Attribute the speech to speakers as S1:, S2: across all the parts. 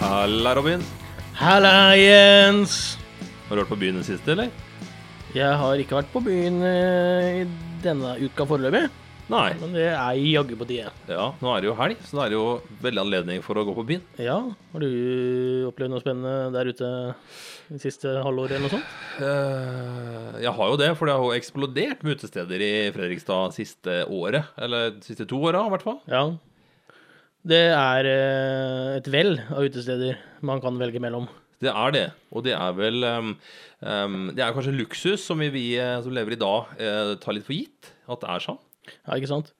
S1: Halla, Robin.
S2: Halla, Jens!
S1: Har du vært på byen i det siste, eller?
S2: Jeg har ikke vært på byen eh, i denne uka foreløpig,
S1: Nei.
S2: men det er jaggu på tide.
S1: Ja, nå er det jo helg, så da er det jo veldig anledning for å gå på byen.
S2: Ja, har du opplevd noe spennende der ute det siste halvåret eller noe sånt?
S1: Eh, jeg har jo det, for det har jo eksplodert med utesteder i Fredrikstad siste året. Eller de siste to åra, i hvert fall.
S2: Ja. Det er eh, et vell av utesteder man kan velge mellom.
S1: Det er det. Og det er vel ehm, ehm, Det er kanskje en luksus som vi, vi eh, som lever i dag, eh, tar litt for gitt at det er sånn.
S2: Ja, ikke sant?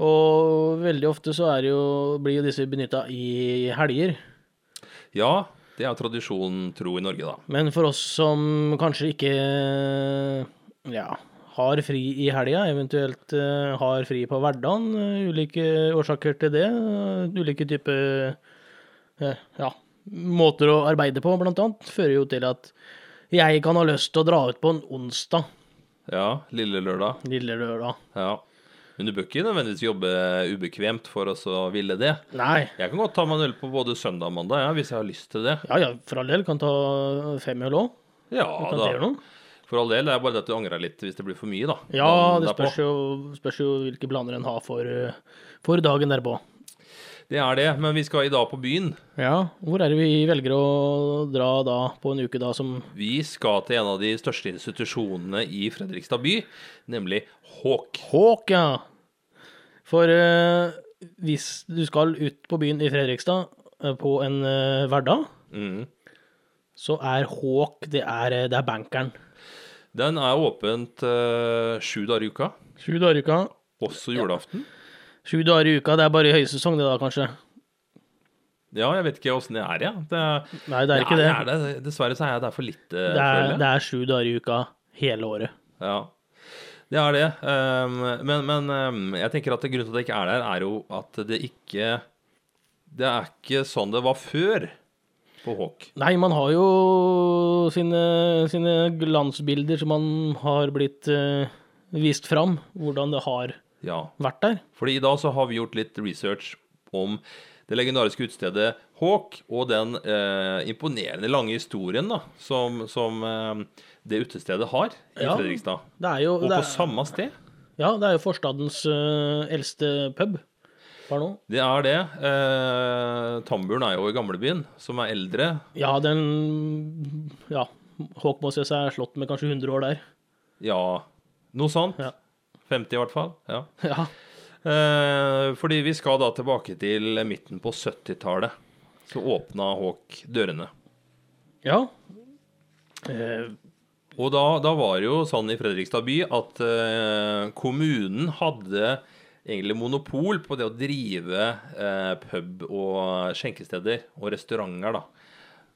S2: Og veldig ofte så er det jo, blir jo disse benytta i helger.
S1: Ja, det er tradisjonen tro i Norge, da.
S2: Men for oss som kanskje ikke ja, har fri i helga, eventuelt eh, har fri på hverdagen, eh, ulike årsaker til det, eh, ulike typer eh, ja, måter å arbeide på, blant annet, fører jo til at jeg kan ha lyst til å dra ut på en onsdag,
S1: Ja, lille lørdag.
S2: lille lørdag.
S1: Ja. Men du bør ikke nødvendigvis jobbe ubekvemt for oss å ville det.
S2: Nei.
S1: Jeg kan godt ta meg en øl på både søndag og mandag, ja, hvis jeg har lyst til det.
S2: Ja ja, for all del, kan ta fem øl òg.
S1: Ja,
S2: Kan
S1: da.
S2: det gjøre noe?
S1: For all del, det er bare det at du angrer litt hvis det blir for mye, da.
S2: Ja,
S1: Dagen
S2: det
S1: derpå.
S2: spørs jo, spørs jo hvilke planer en har for, eh, for dagen derpå.
S1: Det er det, men vi skal i dag på byen.
S2: Ja, hvor er det vi velger å dra da, på en uke da som
S1: Vi skal til en av de største institusjonene i Fredrikstad by, nemlig Håk.
S2: Håk, ja! For eh, hvis du skal ut på byen i Fredrikstad eh, på en eh, hverdag,
S1: Mm.
S2: så er Håk det er, eh, det er bankeren.
S1: Den er åpent eh, sju dager i uka,
S2: Sju dager i uka.
S1: også julaften.
S2: Sju dager i uka, det er bare i høysesong det da, kanskje?
S1: Ja, jeg vet ikke åssen det er, jeg. Ja. Det, er-
S2: Nei, det er ikke det.
S1: er det. Dessverre så er jeg der for litt, eh,
S2: Det
S1: føler
S2: er,
S1: jeg.
S2: det er sju dager i uka hele året.
S1: Ja, det er det. Um, men men um, jeg tenker at grunnen til at det ikke er der, er jo at det ikke Det er ikke sånn det var før på Håk.
S2: Nei, man har jo sine, sine glansbilder som man har blitt eh, vist fram, hvordan det har
S1: Ja,
S2: vært der.
S1: fordi i dag så har vi gjort litt research om det legendariske utestedet Håk, og den eh, imponerende lange historien da, som, som eh, det utestedet har i
S2: Ja,
S1: Fredrikstad.
S2: Det er jo,
S1: Og
S2: det
S1: på
S2: er,
S1: samme sted.
S2: ja, det er jo forstadens eh, eldste pub. Hva er det nå?
S1: Det er det. Eh, Tamburen er jo i gamlebyen, som er eldre.
S2: Ja, den Ja, Håk må se seg slått med kanskje 100 år der.
S1: Ja, noe sånt.
S2: Ja.
S1: 50 i hvert fall. Ja.
S2: Ja,
S1: Eh, fordi vi skal da tilbake til midten på 70-tallet. Så åpna Hawk dørene.
S2: ja. Eh,
S1: Og da, da var det jo sånn i Fredrikstad by at eh, kommunen hadde egentlig monopol på det å drive eh, pub og skjenkesteder og restauranter, da.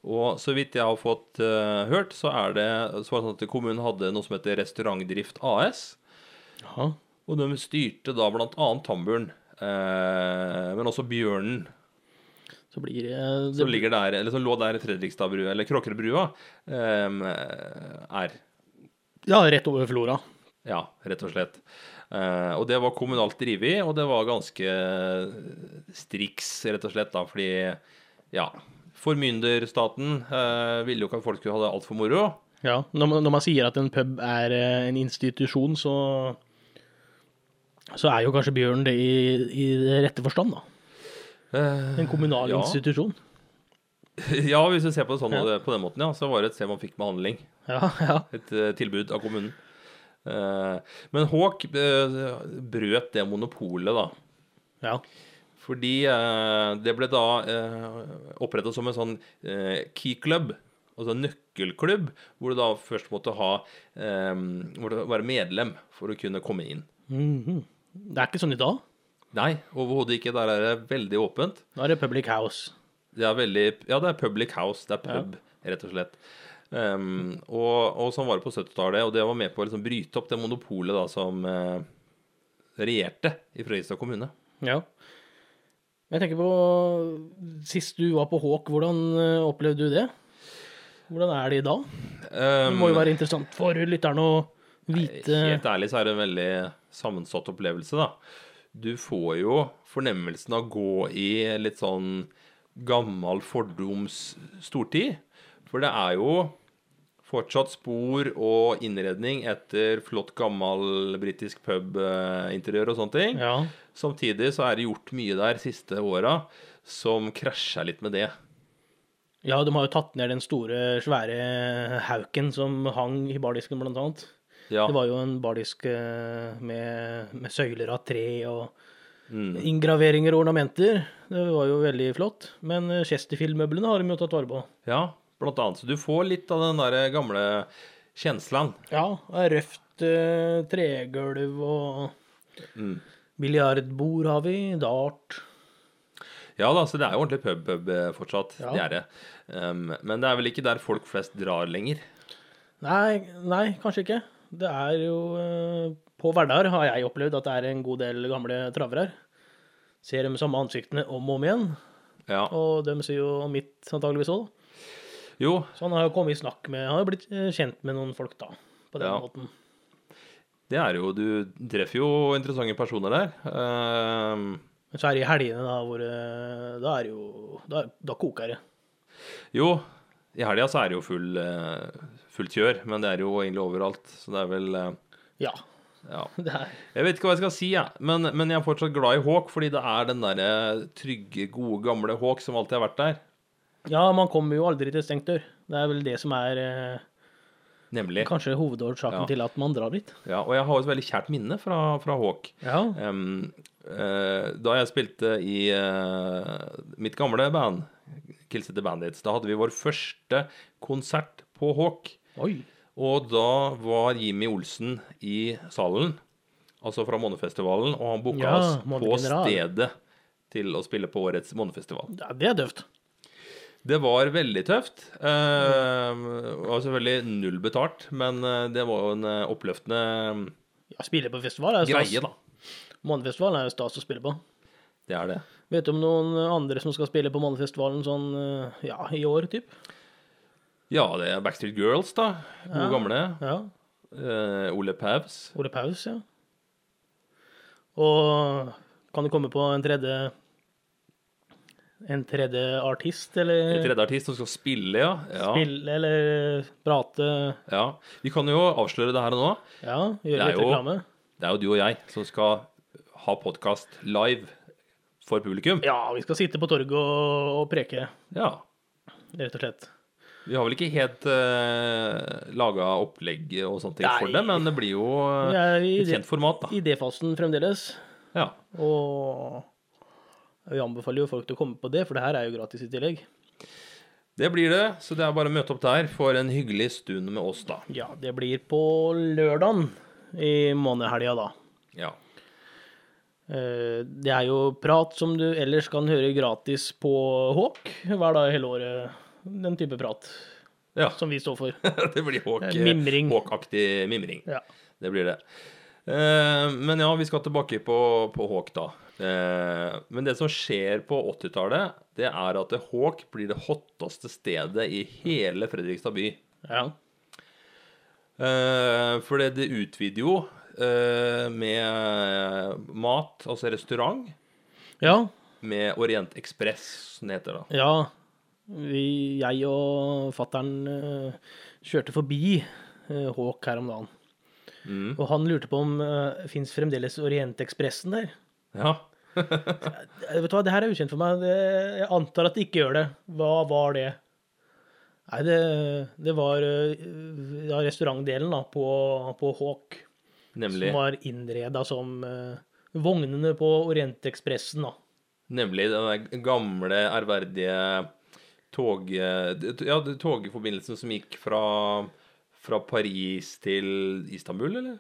S1: Og så vidt jeg har fått eh, hørt, så er det så var det sånn at kommunen hadde noe som heter Restaurantdrift AS.
S2: ja.
S1: Og de styrte da blant annet Tamburen, eh, men også Bjørnen.
S2: Så blir det,
S1: som,
S2: det
S1: ligger der, eller som lå der Fredrikstadbrua, eller Kråkerbrua, ehm, er
S2: Ja, rett over Flora.
S1: Ja, rett og slett. Eh, og det var kommunalt drevet, og det var ganske eh, striks, rett og slett, da, fordi Ja. Formynderstaten eh, ville jo ikke at folk skulle ha det altfor moro.
S2: Ja, når man, når man sier at en pub er eh, en institusjon, så så er jo kanskje bjørn det i, i det rette forstand, da.
S1: Eh,
S2: En kommunal
S1: ja.
S2: institusjon.
S1: ja, hvis du ser på det sånn, på den måten, ja, så var det et sted man fikk behandling.
S2: Ja, ja.
S1: Et eh, tilbud av kommunen. Eh, men Hawk eh, brøt det monopolet, da.
S2: ja.
S1: Fordi eh, det ble da eh, oppretta som en sånn eh, key club, altså en nøkkelklubb, hvor du da først måtte ha eh, Hvor du være medlem for å kunne komme inn.
S2: Mhm. Det er ikke sånn i dag.
S1: Nei, overhodet ikke. Der er det veldig åpent.
S2: Da er det Public House.
S1: Det er veldig Ja, det er public house. Det er pub, rett og slett. Ehm, og, og sånn var det på 70-tallet, og det var med på å liksom bryte opp det monopolet da som eh, regjerte i Fredrikstad kommune.
S2: Ja. Jeg tenker på Sist du var på Håk, hvordan eh, opplevde du det? Hvordan er det i dag? Det
S1: Um,
S2: må jo være interessant for lytterne å vite
S1: Eh, Helt ærlig så er det en veldig sammensatt opplevelse, da. Du får jo fornemmelsen av å gå i litt sånn gammel fordoms stortid. For det er jo fortsatt spor og innredning etter flott, gammel britisk pubinteriør og sånne ting.
S2: Ja.
S1: Samtidig så er det gjort mye der siste åra som krasjer litt med det.
S2: ja, de har jo tatt ned den store, svære hauken som hang i bardisken, blant annet.
S1: Ja.
S2: Det var jo en bardisk eh, med, med søyler av tre og
S1: Mm.
S2: inngraveringer og ornamenter. Det var jo veldig flott. Men eh, Chesterfield-møblene har de jo tatt vare på.
S1: Ja, blant annet. Så du får litt av den der gamle kjenslen.
S2: Ja, og røft eh, tregulv og biljardbord har vi, dart.
S1: Ja da, så det er jo ordentlig pub-pub fortsatt.
S2: Ja.
S1: Det er det. Um, men det er vel ikke der folk flest drar lenger.
S2: Nei, nei, kanskje ikke. Det er jo eh, På Verdar har jeg opplevd at det er en god del gamle travere her. Ser de samme ansiktene om og om igjen,
S1: Ja.
S2: og de sier jo mitt antageligvis òg.
S1: Jo,
S2: Så han har jo kommet i snakk med Han har jo blitt eh, kjent med noen folk, da. På den
S1: Ja.
S2: måten.
S1: det er jo Du treffer jo interessante personer der. Um,
S2: Men så er det i helgene, da, hvor eh, Da er det jo Da, da koker det.
S1: jo, i helga så er det jo full, eh, fullt kjør, men det er jo egentlig overalt. Så det er vel eh,
S2: Ja.
S1: Ja.
S2: Det er
S1: Jeg vet ikke hva jeg skal si, jeg. Men, men jeg er fortsatt glad i Hawk, fordi det er den derre trygge, gode, gamle Hawk som alltid har vært der.
S2: Ja, man kommer jo aldri til stengt dør. Det er vel det som er eh,
S1: Nemlig.
S2: kanskje hovedårsaken
S1: Ja.
S2: til at man drar dit.
S1: Ja, og jeg har jo et veldig kjært minne fra, fra Hawk.
S2: Ja.
S1: Em, eh, da jeg spilte i eh, mitt gamle band, Kill City Bandits, da hadde vi vår første konsert på Hawk.
S2: Oi.
S1: Og da var Jimmy Olsen i salen, altså fra Månefestivalen, og han booka
S2: Ja,
S1: oss på
S2: Månegeneral.
S1: stedet til å spille på årets Månefestival.
S2: Ja, det er døvt.
S1: Det var veldig tøft. Eh, det var selvfølgelig null betalt, men eh, det var jo en eh, oppløftende
S2: Ja, spille på festival er jo stas.
S1: greie, da.
S2: Månefestivalen er jo stas å spille på.
S1: Det er det.
S2: Vet du om noen andre som skal spille på Månefestivalen sånn eh, ja, i år, typ?
S1: Ja, det er Backstreet Girls, da. Gode gamle.
S2: Ja.
S1: Eh, Ole Paus.
S2: Ole Paus, ja. Og kan du komme på en tredje En tredje artist, eller
S1: En tredje artist som skal spille, ja. ja.
S2: spille, eller prate?
S1: ja. Vi kan jo avsløre det her og nå.
S2: Ja,
S1: Det
S2: gjøre
S1: er
S2: litt
S1: jo-
S2: reklame?
S1: Det er jo du og jeg som skal ha podkast live for publikum.
S2: Ja, vi skal sitte på torget og, og preke,
S1: Ja.
S2: rett og slett.
S1: Vi har vel ikke helt uh, laga opplegg og sånne ting for
S2: Nei.
S1: det, men det blir jo eh,
S2: Vi er i
S1: et
S2: det-
S1: kjent format, da.
S2: Idéfasen fremdeles.
S1: Ja.
S2: Og vi anbefaler jo folk til å komme på det, for det her er jo gratis i tillegg.
S1: Det blir det, så det er bare å møte opp der for en hyggelig stund med oss, da.
S2: Ja, det blir på lørdagen i månedhelga, da.
S1: Ja.
S2: Eh, Det er jo prat som du ellers kan høre gratis på Håk hver dag hele året. Den type prat
S1: ja.
S2: som vi står for.
S1: Det blir Hawk-
S2: Mimring.
S1: Hawk-aktig mimring.
S2: Ja.
S1: Det blir det. Eh, men ja, vi skal tilbake på, på Hawk, da. Eh, men det som skjer på 80-tallet, det er at Hawk blir det hotteste stedet i hele Fredrikstad by.
S2: ja.
S1: Eh, for det, det utvider jo eh, med mat, altså restaurant,
S2: Ja.
S1: med Orient Express, som det heter da.
S2: ja. Vi, jeg og fattern eh, kjørte forbi eh, Håk her om dagen.
S1: Mm.
S2: Og han lurte på om uh, fins fremdeles Orientekspressen der.
S1: Ja.
S2: Eh, Vet du hva, det her er ukjent for meg. Det, jeg antar at det ikke gjør det. Hva var det? Nei, det, det var eh, ja, restaurantdelen da, på, på Hawk,
S1: Nemlig.
S2: som var innreda som eh, vognene på Orientekspressen. da.
S1: Nemlig den der gamle, ærverdige tog, ja, togforbindelsen som gikk fra, fra Paris til Istanbul, eller?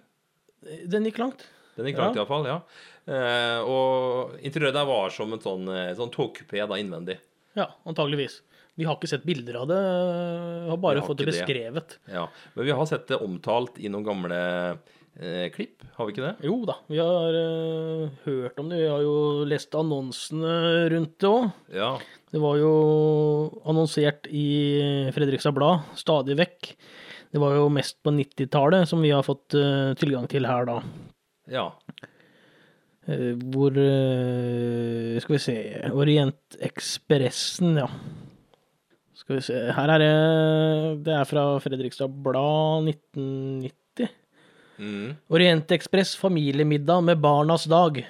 S2: Den gikk langt.
S1: Den gikk langt, i hvert fall, ja. Eh, og interiøret der var som en sånn, eh, sånn togkupé da, innvendig.
S2: Ja, antageligvis. Vi har ikke sett bilder av det, eh, har bare
S1: Vi har
S2: fått det
S1: ikke
S2: beskrevet.
S1: Ja. Men vi har sett det omtalt i noen gamle eh, klipp, har vi ikke det?
S2: Jo da, vi har eh, hørt om det. Vi har jo lest annonsene rundt det òg.
S1: Ja.
S2: Det var jo annonsert i Fredrikstad Blad stadig vekk. Det var jo mest på 90-tallet som vi har fått eh, tilgang til her, da.
S1: ja.
S2: eh, hvor eh, Skal vi se Orientekspressen, ja. Skal vi se Her er det Det er fra Fredrikstad Blad 1990.
S1: Mm.
S2: Orientekspress familiemiddag med barnas dag.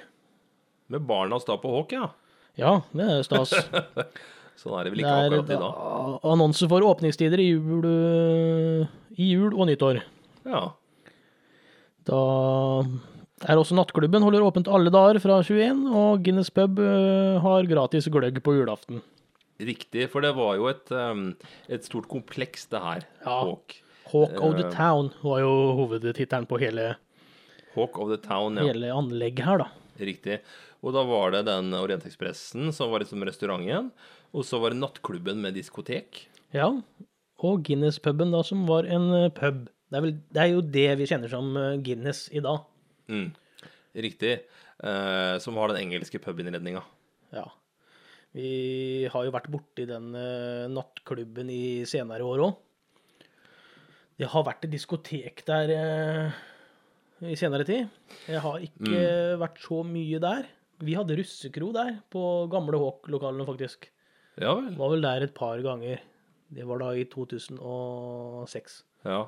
S1: Med barnas da på Håk, ja.
S2: Ja, det er stas. Det
S1: Sånn er det vel ikke
S2: er
S1: akkurat i dag.
S2: da- annonse for åpningstider i jul, øh, i jul og nyttår.
S1: Ja.
S2: Da er også nattklubben holder åpent alle dager fra 21, og Guinness pub øh, har gratis gløgg på julaften.
S1: Riktig, for det var jo et, um, et stort kompleks, det her.
S2: Ja.
S1: Hawk.
S2: Hawk of the Town var jo hovedtittelen på hele,
S1: Hawk of the Town, ja.
S2: hele anlegget her, da.
S1: Riktig. Og da var det den Orientekspressen som var liksom restauranten. Og så var det nattklubben med diskotek.
S2: Ja, og Guinness-puben da, som var en øh, pub. Det er, vel, det er jo det vi kjenner som øh, Guinness i dag.
S1: Mm. Riktig. Eh, som har den engelske pubinnredninga.
S2: Ja. Vi har jo vært borti den eh, nattklubben i senere år òg. Det har vært et diskotek der eh, i senere tid. Jeg har ikke vært så mye der. Vi hadde russekro der, på gamle Håk-lokalene, faktisk.
S1: Ja vel.
S2: Var vel der et par ganger. Det var da i 2006.
S1: Ja.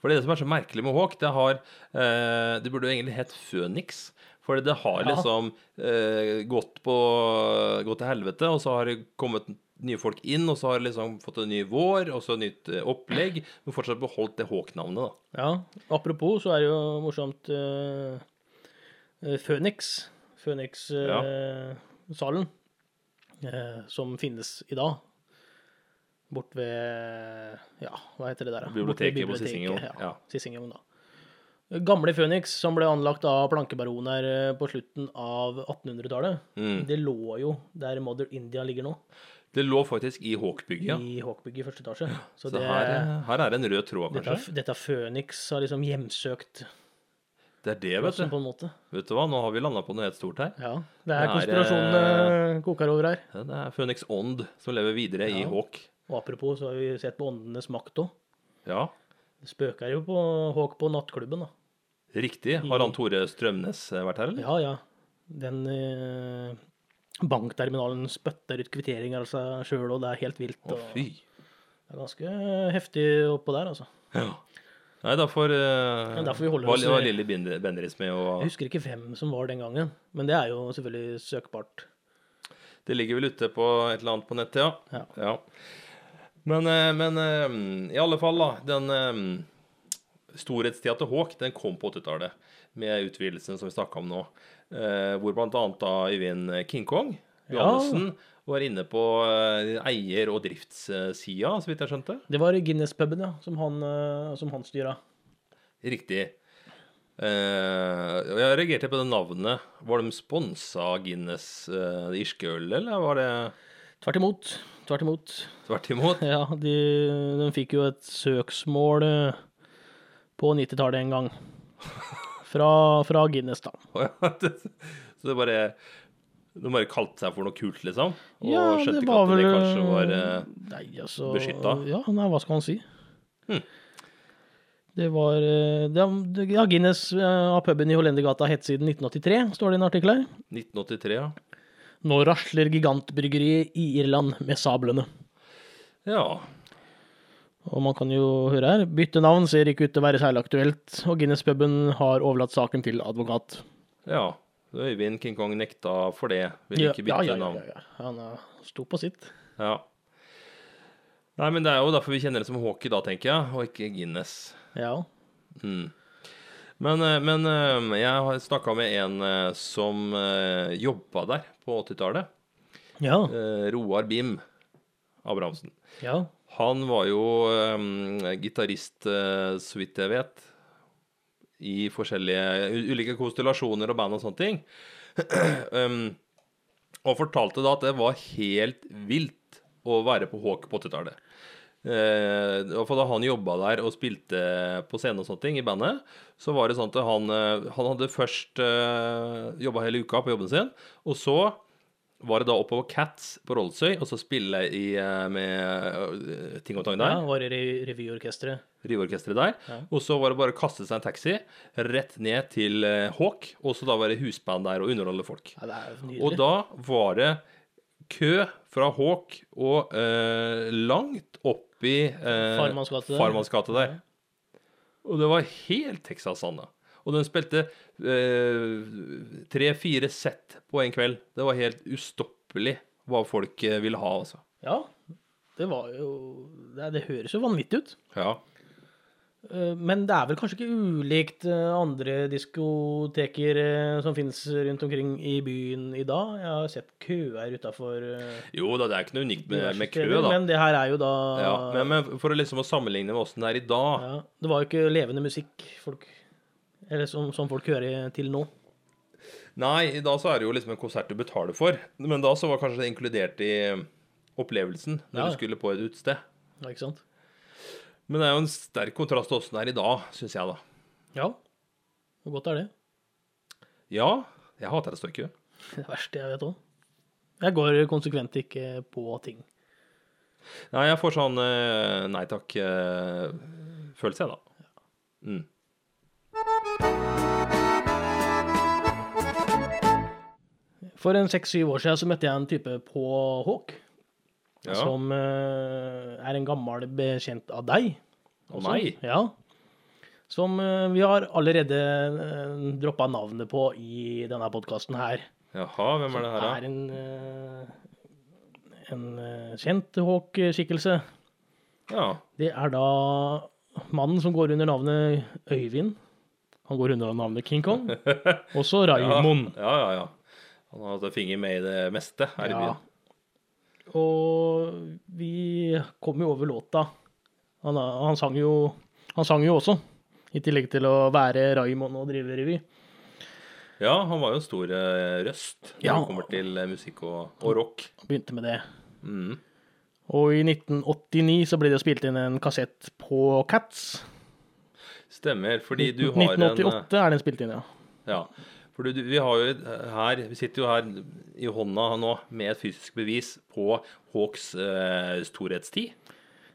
S1: For det som er så merkelig med Hawk, det har eh, Det burde jo egentlig hett Phoenix. For det har
S2: Ja.
S1: liksom eh, gått, på, gått til helvete, og så har det kommet nye folk inn, og så har det liksom fått en ny vår, og så et nytt eh, opplegg. Men fortsatt beholdt det Hawk-navnet, da.
S2: Ja, apropos så er det jo morsomt eh, eh, Phoenix, eh, Phoenix-salen, som finnes i dag. Bort ved Ja, hva heter det der? da?
S1: Biblioteket
S2: Bort
S1: på
S2: ved
S1: Sissinghjemmen,
S2: biblioteket, Ja,
S1: ja.
S2: Sissinghjemmen, da. Gamle Phoenix, som ble anlagt av plankebaroner eh, på slutten av 1800-tallet,
S1: Mm.
S2: det lå jo der Mother India ligger nå,
S1: Det lå faktisk i Hawk-bygget. ja.
S2: i Håkbygg i første etasje. Mm. Så,
S1: Så
S2: det,
S1: her, eh, her er det en rød tråd,
S2: dette,
S1: kanskje.
S2: dette Phoenix har liksom hjemsøkt
S1: Det er det, vet
S2: plassen,
S1: du.
S2: på en måte.
S1: Vet du hva, nå har vi landa på noe helt stort her.
S2: Ja, det er
S1: Det er, eh,
S2: konspirasjonene koker over her.
S1: Det er Phoenix Ånd som lever videre i
S2: Ja.
S1: Hawk.
S2: Og apropos, så har vi sett på Åndenes makt òg.
S1: Ja,
S2: Det spøker jo på Håk på nattklubben, da.
S1: riktig. Har han Tore Strømnes eh, vært her, eller?
S2: Ja, ja. Den eh, bankterminalen spytter ut kvitteringer av seg sjøl, og det er helt vilt.
S1: Å,
S2: Og det
S1: fy.
S2: er ganske heftig oppå der, altså.
S1: Ja. Nei, da får eh,
S2: Ja, da får vi holde
S1: var-
S2: oss-
S1: var Lilly Bind- Bendriss med, og
S2: Jeg husker ikke hvem som var den gangen, men det er jo selvfølgelig søkbart.
S1: det ligger vel ute på et eller annet på nettet, ja.
S2: Ja.
S1: Men, eh, men eh, i alle fall, da. Den eh, storhetstida til Hawk den kom på 80-tallet, med utvidelsen som vi snakka om nå. Eh, hvor bl.a. da Øyvind King Kong Johannessen var inne på eh, eier- og driftssida, så vidt jeg skjønte.
S2: Det var Guinness-puben, ja, som han, eh, som han styra.
S1: Riktig. Eh, og jeg reagerte på det navnet. Var de sponsa Guinness uh, irske øl, eller var det
S2: Tvert imot. Tvert imot.
S1: tvert imot?
S2: Ja, de, de fikk jo et søksmål eh, på 90-tallet en gang. Fra, fra Guinness, da.
S1: Så det bare De bare kalte seg for noe kult, liksom? Og
S2: Ja, det
S1: skjønte ikke
S2: var
S1: at det
S2: vel,
S1: kanskje var eh,
S2: Nei, altså
S1: beskyttet?
S2: Ja, nei, hva skal han si?
S1: Hm.
S2: Det var eh, det, Ja, Guinness eh, av puben i Hollendergata het siden 1983, står det i en artikkel her.
S1: 1983, ja.
S2: Nå rasler gigantbryggeriet i Irland med sablene.
S1: Ja.
S2: Og man kan jo høre her, bytte navn ser ikke ut til å være særlig aktuelt, og Guinness-puben har overlatt saken til advokat.
S1: ja. Så Øyvind King Kong nekta for det. Ville
S2: Ja,
S1: ikke
S2: ja,
S1: bytte
S2: ja, ja,
S1: navn.
S2: ja. Han eh, sto på sitt.
S1: Ja. Nei, men det er jo derfor vi kjenner det som hockey da, tenker jeg, og ikke Guinness.
S2: Ja.
S1: Mm. Men, eh, men eh, jeg har snakka med en eh, som eh, jobba der på 80-tallet.
S2: Ja.
S1: eh, Roar Bim Abrahamsen.
S2: ja.
S1: Han var jo eh, gitarist, eh, så vidt jeg vet, i forskjellige u- ulike konstellasjoner og band og sånne ting. um, og fortalte da at det var helt vilt å være på Hawk på 80-tallet. Eh, og for da han jobba der og spilte på scenen og sånne ting i bandet, så var det sånn at han, eh, han hadde først eh, jobba hele uka på jobben sin, og så var det da oppover Cats på Rollsøy, og så spille i, eh, med eh, ting og tang der.
S2: Ja, var i re- revyorkesteret.
S1: Riveorkesteret der. Og så var det bare å kaste seg en taxi rett ned til eh, Hawk, og så da være husband der og underholde folk.
S2: Ja, det er jo
S1: Og
S2: nydelig.
S1: da var det kø fra Hawk og eh, langt opp i eh,
S2: Farmanns gate der.
S1: Farmanns gate der. Og det var helt Texas, Anne. Og den spilte eh, tre-fire sett på en kveld. Det var helt ustoppelig hva folk eh, ville ha, altså.
S2: Ja, det var jo Det, det høres jo vanvittig ut.
S1: Ja.
S2: Eh, Men det er vel kanskje ikke ulikt eh, andre diskoteker eh, som finnes rundt omkring i byen i dag. Jeg har sett køer utafor eh,
S1: Jo da, det er ikke noe unikt med, med kø, da.
S2: Men det her er jo da
S1: Ja, men, men for å liksom å sammenligne med åssen det er i dag
S2: Ja, Det var jo ikke levende musikk folk, eller som, som folk hører til nå.
S1: Nei, da så er det jo liksom en konsert du betaler for. Men da så var kanskje det inkludert i um, opplevelsen når
S2: Ja.
S1: du skulle på et utested.
S2: Ja, Ikke sant?
S1: Men det er jo en sterk kontrast til åssen det er i dag, syns jeg, da.
S2: Ja. Hvor godt er det?
S1: Ja, jeg hater det stykket.
S2: Det verste jeg vet òg. Jeg går konsekvent ikke på ting.
S1: Nei, jeg får sånn eh, nei takk-følelse, jeg, da. Mm.
S2: For en seks-syv år siden så møtte jeg en type på Hawk,
S1: Ja.
S2: som eh, er en gammel bekjent av deg. sånn.
S1: Og meg.
S2: Ja. Som eh, vi har allerede uh, droppa navnet på i denne podkasten her.
S1: Jaha, hvem er det her,
S2: Sånn er
S1: da?
S2: en, eh, en eh, kjent Hawk-skikkelse.
S1: Ja.
S2: Det er da mannen som går under navnet Øyvind. Han går under navnet King Kong. Også Raymond.
S1: Ja, ja, ja. Han har hatt en finger med i det meste her i
S2: Ja.
S1: byen.
S2: Og vi kom jo over låta. Han, han, sang jo, han sang jo også, i tillegg til å være Raymond og drive revy.
S1: Ja, han var jo en stor eh, røst når
S2: Ja.
S1: det kommer til eh, musikk og, og rock.
S2: Han begynte med det.
S1: Mm.
S2: Og i 1989 så ble det spilt inn en kassett på Cats.
S1: Stemmer, fordi du har en eh,
S2: 1988 er den spilt inn, ja.
S1: Ja. For du, du, vi, har jo et- eh, her, vi sitter jo her i hånda nå med et fysisk bevis på Hawks eh, storhetstid.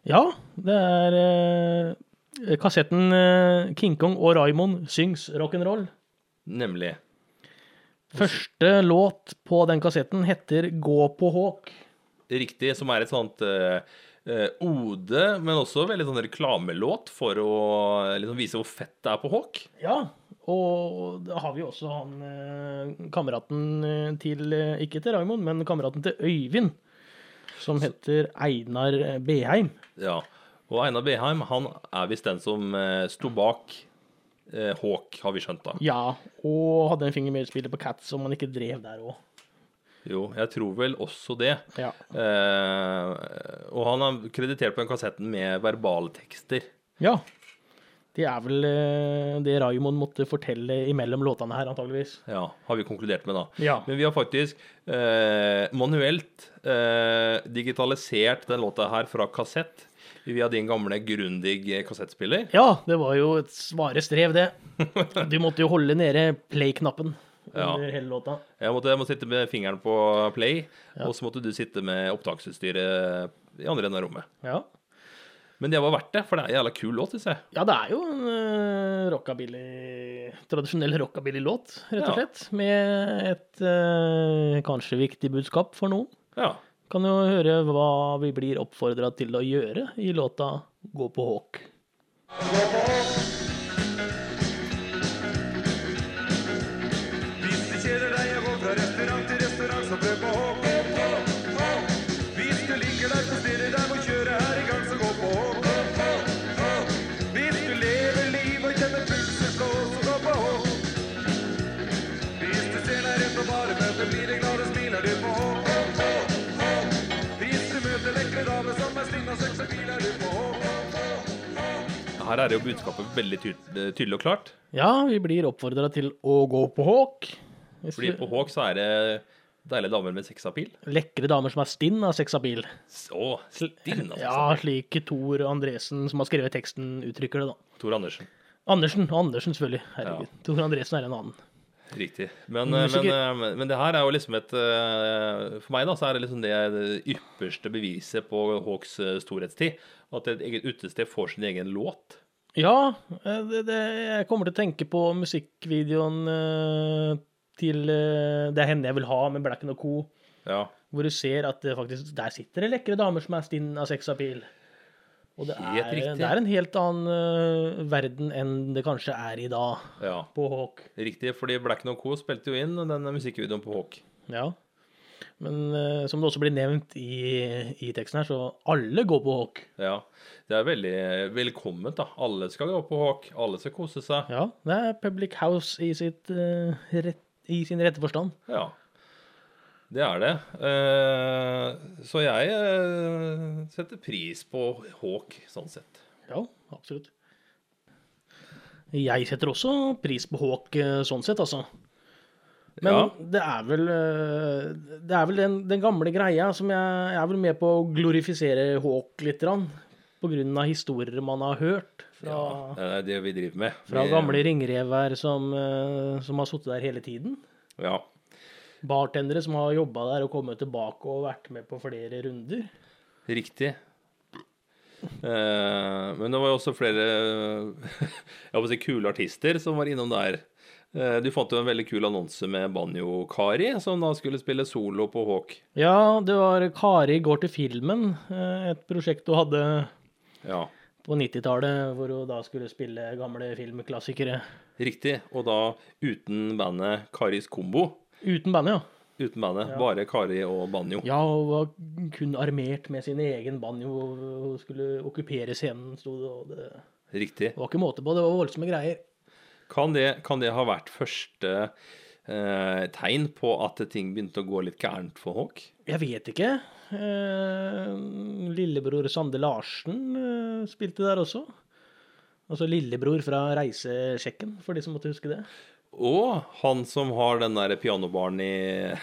S2: Ja, det er eh, kassetten eh, King Kong og Raymond syngs rock'n'roll.
S1: Nemlig.
S2: Første låt på den kassetten heter Gå på Hawk.
S1: Riktig, som er et sånt eh, eh, ode, men også veldig sånn reklamelåt for å eh, liksom vise hvor fett det er på Hawk.
S2: Ja, og da har vi også han eh, kameraten eh, til eh, Ikke til Raymond, men kameraten til Øyvind, som heter Einar eh, Beheim.
S1: Ja. Og Einar Beheim, han er visst den som eh, sto bak eh, Hawk, har vi skjønt da.
S2: Ja, og hadde en finger med i spillet på Cats, om han ikke drev der òg.
S1: Jo, jeg tror vel også det.
S2: Ja.
S1: Eh, og han er kreditert på den kassetten med verbaltekster.
S2: ja. Det er vel eh, det Raymond måtte fortelle imellom låtene her, antageligvis.
S1: Ja, har vi konkludert med da.
S2: Ja.
S1: Men vi har faktisk eh, manuelt eh, digitalisert den låta her fra kassett via din gamle Grundig eh, kassettspiller.
S2: Ja, det var jo et svare strev, det. Du måtte jo holde nede play-knappen
S1: Ja.
S2: under hele låta.
S1: Jeg måtte, jeg måtte sitte med fingeren på play, og så måtte du sitte med opptaksutstyret i andre enden av rommet.
S2: Ja.
S1: Men det var verdt det, for det er en jævla kul låt, syns jeg.
S2: Ja, det er jo en eh, rockabilly Tradisjonell rockabilly-låt, rett og
S1: Ja.
S2: slett. Med et eh, kanskje viktig budskap for noen.
S1: Ja.
S2: Kan jo høre hva vi blir oppfordra til å gjøre i låta 'Gå på Hawk'.
S3: Hvis du kjeder deg og går fra restaurant til restaurant, så prøv på Håk. Hvis du ligger der og stirrer deg og kjøret her i gang, så gå på Håk. Hvis du lever livet og kjenner pulsen slå, så gå på Håk. Hvis du ser deg rundt og bare møter, blir det glad og smiler du på Håk. Hvis du møter lekre damer som er stinne og sex og biler du på Håk.
S1: Her er jo budskapet veldig ty tydelig og klart.
S2: Ja, vi blir oppfordra til å gå på Hawk. Hvis
S1: Fordi
S2: du-
S1: på Hawk så er det deilige damer med sexapil.
S2: Lekre damer som er stinn av sexabil.
S1: Så stinn, altså.
S2: Ja, slik Tor Andresen, som har skrevet teksten, uttrykker det, da.
S1: Tor Andersen.
S2: Andersen, og Andersen selvfølgelig. Herregud. Tor Andresen er en annen.
S1: Riktig. Men,
S2: Men
S1: men,
S2: det er
S1: men, men det her er jo liksom et eh, For meg da, så er det liksom det ypperste beviset på Hawks eh, storhetstid. At et eget utested får sin egen låt.
S2: Ja, eh, det, det, jeg kommer til å tenke på musikkvideoen eh, til eh, Det er henne jeg vil ha med Blacken og Co.
S1: Ja.
S2: Hvor du ser at det faktisk, der sitter det lekre damer som er stinn av sexappeal. Og det
S1: Helt
S2: er,
S1: riktig.
S2: det er en helt annen eh, verden enn det kanskje er i dag
S1: ja.
S2: på Hawk.
S1: Riktig, fordi Black No Co spilte jo inn den musikkvideoen på Hawk.
S2: Ja. Men eh, som det også blir nevnt i, i teksten her, så alle går på Hawk.
S1: Ja. Det er veldig velkomment, da. Alle skal gå på Hawk. Alle skal kose seg.
S2: Ja, det er Public House i, sitt, eh, rett, i sin rette forstand.
S1: Ja. Det er det. Eh, Så jeg eh, setter pris på Hawk, sånn sett.
S2: Ja, absolutt. Jeg setter også pris på Hawk eh, sånn sett, altså. Men
S1: Ja.
S2: det er vel, eh, det er vel den, den gamle greia som jeg, jeg er vel med på å glorifisere Hawk litt. grann, På grunn av historier man har hørt fra,
S1: Ja, det er det vi driver med.
S2: fra
S1: Vi-
S2: gamle ringrever som, eh, som har sittet der hele tiden.
S1: Ja.
S2: Bartendere som har jobba der og kommet tilbake og vært med på flere runder.
S1: Riktig. Eh, men det var jo også flere jeg håper å si kule artister som var innom der. Eh, du fant jo en veldig kul annonse med Banjo-Kari, som da skulle spille solo på Hawk.
S2: Ja, det var Kari går til filmen, eh, et prosjekt hun hadde
S1: Ja,
S2: på 90-tallet, hvor hun da skulle spille gamle filmklassikere.
S1: Riktig. Og da uten bandet Karis Kombo.
S2: Uten bandet, ja.
S1: Uten bandet. Bare Kari og Banjo.
S2: Ja, hun var kun armert med sin egen banjo. Hun skulle okkupere scenen, sto det. Og det
S1: Riktig.
S2: det var ikke måte på, det var voldsomme greier.
S1: Kan det, kan det ha vært første eh, tegn på at ting begynte å gå litt gærent for Hawk?
S2: Jeg vet ikke. Eh, lillebror Sande Larsen eh, spilte der også. Altså lillebror fra Reisesjekken, for de som måtte huske det.
S1: Og han som har den der pianobaren i,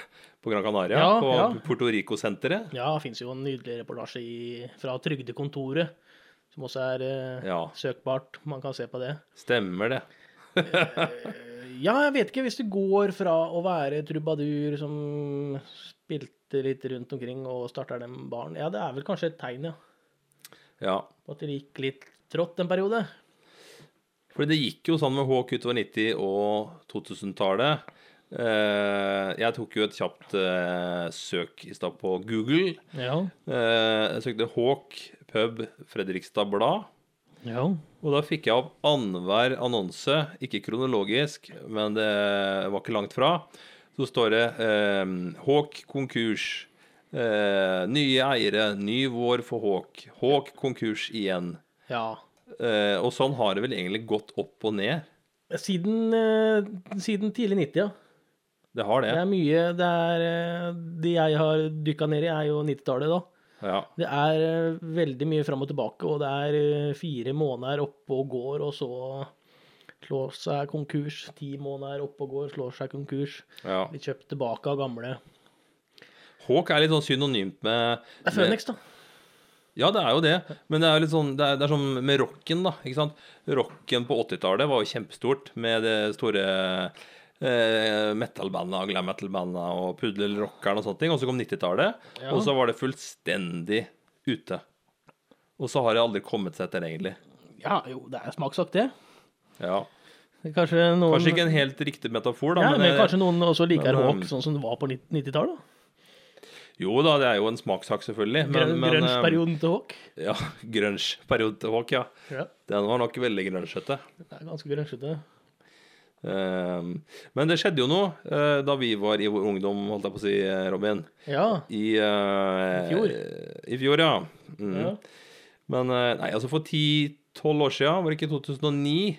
S1: på Gran Canaria,
S2: Ja,
S1: på
S2: ja.
S1: Puerto Rico-senteret.
S2: Ja, det fins jo en nydelig reportasje i, fra Trygdekontoret, som også er eh,
S1: Ja.
S2: søkbart. Man kan se på det.
S1: Stemmer det.
S2: Eh, Ja, jeg vet ikke. Hvis du går fra å være trubadur som spilte litt rundt omkring og starta den baren Ja, det er vel kanskje et tegn, ja.
S1: Ja.
S2: På at det gikk litt trått en periode.
S1: For det gikk jo sånn med Hawk utover 90- og 2000-tallet. Eh, jeg tok jo et kjapt eh, søk i stad på Google.
S2: Ja.
S1: Eh, jeg søkte Hawk pub Fredrikstad Blad.
S2: ja.
S1: Og da fikk jeg opp annenhver annonse, ikke kronologisk, men det var ikke langt fra. Så står det eh, Hawk konkurs. Eh, nye eiere, ny vår for Hawk. Hawk konkurs igjen.
S2: ja.
S1: Eh, og sånn har det vel egentlig gått opp og ned.
S2: Siden, eh, siden tidlig 90, ja.
S1: Det har det.
S2: Det er mye Det er eh, Det jeg har dykka ned i, er jo 90-tallet, da.
S1: Ja.
S2: Det er eh, veldig mye fram og tilbake, og det er eh, fire måneder oppe og går, og så slår seg konkurs. Ti måneder oppe og går, slår seg konkurs.
S1: ja.
S2: Blir kjøpt tilbake av gamle.
S1: Hawk er litt sånn synonymt med
S2: Det er Phoenix, da.
S1: Ja, det er jo det. Men det er jo litt sånn, det er, det er sånn med rocken, da. ikke sant? Rocken på 80-tallet var jo kjempestort med det store eh, metal-banda, glam metal-banda og Puddelrockeren og sånne ting. Og så kom 90-tallet, og så var det fullstendig ute. Og så har det aldri kommet seg etter, egentlig.
S2: Ja, jo, det er smakssak, det.
S1: Ja.
S2: Kanskje noen
S1: Kanskje ikke en helt riktig metafor, da. eh,
S2: ja, men
S1: det-
S2: kanskje noen også liker
S1: men,
S2: Hawk
S1: um,
S2: sånn som det var på 90-tallet? da.
S1: Jo da, det er jo en smakssak, selvfølgelig. Men,
S2: Grøn-
S1: men, eh,
S2: Grunge-perioden til Hawk.
S1: Ja, grunge-periode til Hawk, ja.
S2: Ja,
S1: Den var nok veldig grunchete.
S2: det er ganske grønsjete.
S1: Ehm, Men det skjedde jo noe eh, da vi var i vår ungdom, holdt jeg på å si, eh, Robin.
S2: Ja.
S1: I, eh,
S2: I fjor.
S1: I fjor, ja. Mm.
S2: ja.
S1: Men eh, nei, altså for 10-12 år siden, var det ikke 2009,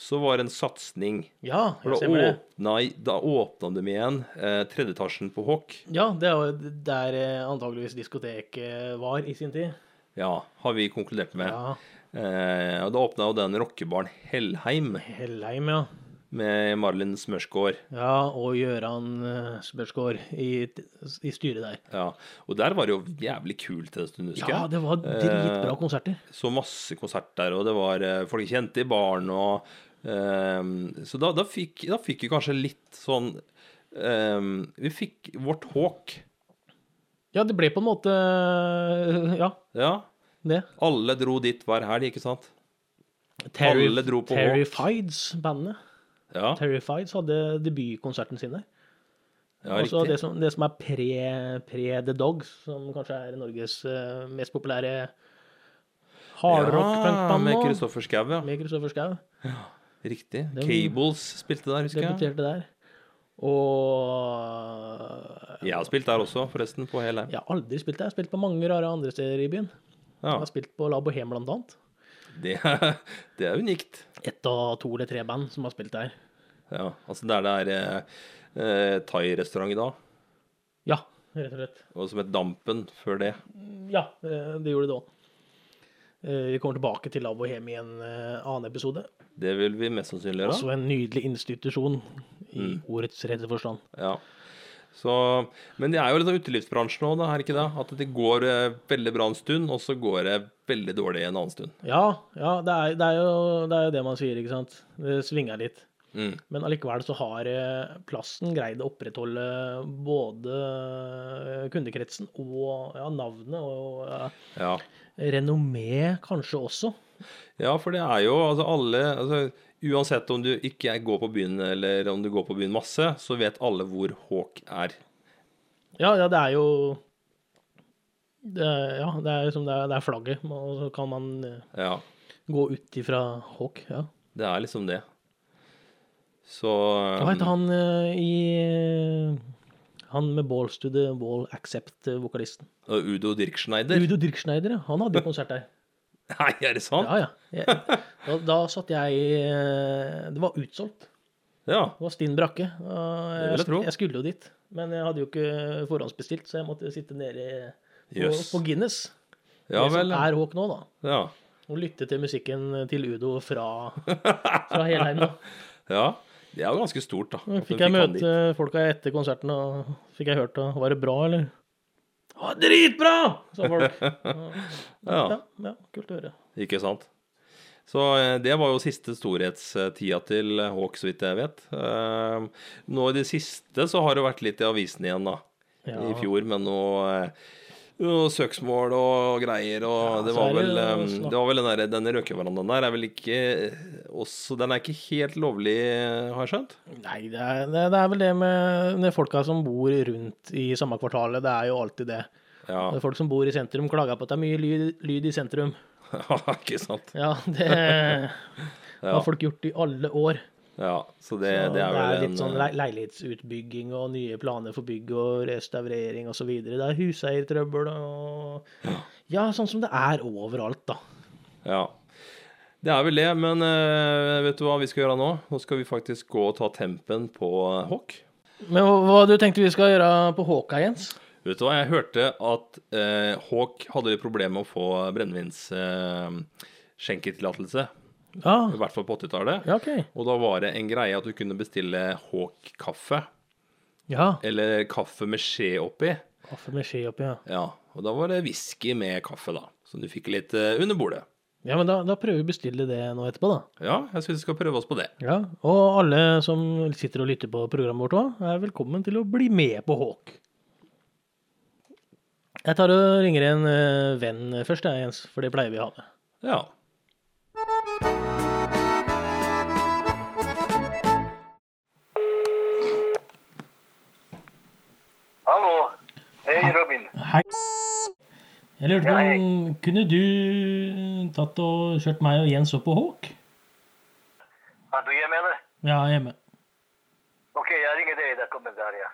S1: så var det en satsing.
S2: Ja,
S1: For
S2: jeg
S1: da
S2: stemmer det.
S1: åpna, da åpna de igjen eh, tredje etasjen på Hawk.
S2: Ja, det er jo der eh, antageligvis diskoteket var i sin tid.
S1: Ja, har vi konkludert med.
S2: Ja.
S1: Eh, og da åpna jo den rockebaren Hellheim
S2: Hellheim, ja.
S1: med Marlin Smørsgaard.
S2: Ja, og Gøran eh, Smørsgaard i, i styret der.
S1: Ja. Og der var det jo jævlig kult en stund, husker jeg.
S2: Ja, det var dritbra konserter.
S1: eh, så masse konsert der, og det var eh, folk jeg kjente i baren, og Ehm, så da, da, fikk, da fikk vi kanskje litt sånn ehm, Vi fikk vårt håk.
S2: Ja, det ble på en måte eh, Ja,
S1: Ja.
S2: det.
S1: Alle dro dit hver helg, ikke sant? Alle dro på Hawk.
S2: Terrifieds, bandet.
S1: Ja,
S2: Terrifieds hadde debutkonserten sin der.
S1: ja
S2: altså det
S1: riktig.
S2: som, det som er pre, pre The Dogs, som kanskje er Norges eh, mest populære
S1: Ja,
S2: hardrock-punkband
S1: med
S2: nå.
S1: Kristoffer Schau, ja.
S2: Med Kristoffer Schau.
S1: Riktig.
S2: Den-
S1: Cables spilte der, husker jeg.
S2: Debuterte der. Og
S1: Jeg har spilt der også, forresten, på hele
S2: Jeg har aldri spilt der. Jeg har spilt på mange rare andre steder i byen.
S1: Ja,
S2: Jeg har spilt på La Bohème, blant annet.
S1: det, er- det er unikt.
S2: Ett av to eller tre band som har spilt der.
S1: Ja, altså der det er eh, eh, thai-restaurant i dag,
S2: Ja, rett og slett.
S1: og som het Dampen før det.
S2: Ja, eh, det gjorde det òg. Vi kommer tilbake til La Bohème i en eh, annen episode.
S1: Det vil vi mest sannsynlig gjøre.
S2: Også en nydelig institusjon, i ordets rette forstand.
S1: Ja. Så, men det er jo litt av utelivsbransjen òg, er det ikke det? At det går eh, veldig bra en stund, og så går det veldig dårlig en annen stund.
S2: Ja, ja det, er, det, er jo, det er jo det man sier, ikke sant. Det svinger litt.
S1: Mm.
S2: Men allikevel så har eh, plassen greid å opprettholde både eh, kundekretsen og ja, navnet, og ja,
S1: Ja.
S2: renommé kanskje også.
S1: ja, for det er jo altså alle altså, Uansett om du ikke går på byen eller om du går på byen masse, så vet alle hvor Hawk er.
S2: Ja, ja, det er jo det er, Ja, det er liksom det er, det er flagget, og så kan man eh,
S1: Ja,
S2: gå ut ifra Hawk. Ja.
S1: det er liksom det. Så
S2: Hva heter han eh, i Han med Balls to the Wall Accept-vokalisten?
S1: eh, Og Udo Dirkschneider.
S2: eh, Udo Dirkschneider, ja. Han hadde jo konsert der.
S1: Nei, er det sant?
S2: Ja, ja. Jeg, da, da satt jeg eh, Det var utsolgt.
S1: Ja.
S2: Det var stinn brakke. og
S1: vil jeg
S2: Jeg,
S1: tro.
S2: jeg skulle jo dit, men jeg hadde jo ikke forhåndsbestilt, så jeg måtte sitte nede på,
S1: Jøss.
S2: på Guinness.
S1: Ja
S2: det
S1: vel.
S2: som er Håk nå, da.
S1: Ja.
S2: Og lytte til musikken til Udo fra, fra Helheim. da.
S1: ja. Det er jo ganske stort, da. at de
S2: Fikk jeg
S1: han dit.
S2: møte folka etter konserten, og fikk jeg hørt da, Var det bra, eller? Ja, dritbra! sa folk.
S1: Ja.
S2: Ja, ja, kult å høre.
S1: Ikke sant? Så eh, det var jo siste storhetstida til Hawk, så vidt jeg vet. Eh, Nå i det siste så har det vært litt i avisen igjen, da.
S2: Ja.
S1: I fjor med noe, eh, noe søksmål og greier og det,
S2: så
S1: var
S2: er det
S1: vel,
S2: jo
S1: eh,
S2: snakk-
S1: det var vel den der, denne røkeverandaen der er vel ikke eh, også Den er ikke helt lovlig, eh, har jeg skjønt?
S2: Nei, det er, det det er vel det med med folka som bor rundt i samme kvartalet. Det er jo alltid det.
S1: Ja.
S2: Det er Folk som bor i sentrum, klager på at det er mye lyd, lyd i sentrum.
S1: ikke sant?
S2: Ja, det har folk gjort i alle år.
S1: Ja, så det,
S2: Og
S1: det er vel en eh,
S2: litt sånn le leilighetsutbygging og nye planer for bygg og restaurering osv. Det er huseiertrøbbel og Ja, sånn som det er overalt, da.
S1: Ja. Det er vel det, men eh, vet du hva vi skal gjøre nå? Nå skal vi faktisk gå og ta tempen på eh, Hawk.
S2: Men hva, hva du tenkte vi skal gjøre på Håka, Jens?
S1: Vet du hva, jeg hørte at eh, Hawk hadde litt problemer med å få brennevinsskjenketillatelse.
S2: Ja,
S1: I hvert fall på 80-tallet.
S2: ja OK.
S1: Og da var det en greie at du kunne bestille Hawk-kaffe.
S2: Ja.
S1: Eller kaffe med skje oppi.
S2: Kaffe med skje oppi, ja.
S1: Ja, og da var det whisky med kaffe, da. Som du fikk litt eh, under bordet.
S2: Ja, men da, da prøver vi å bestille det nå etterpå, da.
S1: Ja, jeg syns vi skal prøve oss på det.
S2: Ja, Og alle som sitter og lytter på programmet vårt òg, er velkommen til å bli med på Håk. Jeg tar og ringer en eh, venn først, jeg, Jens, for det pleier vi å ha med.
S1: Ja.
S4: Hallo. Hei, Robin.
S2: Hei. Jeg lurte på om Kunne du tatt og kjørt meg og Jens opp på Håk?
S4: Er du hjemme, eller?
S2: Ja, hjemme.
S4: Ok, jeg ringer deg. Jeg kommer der, ja.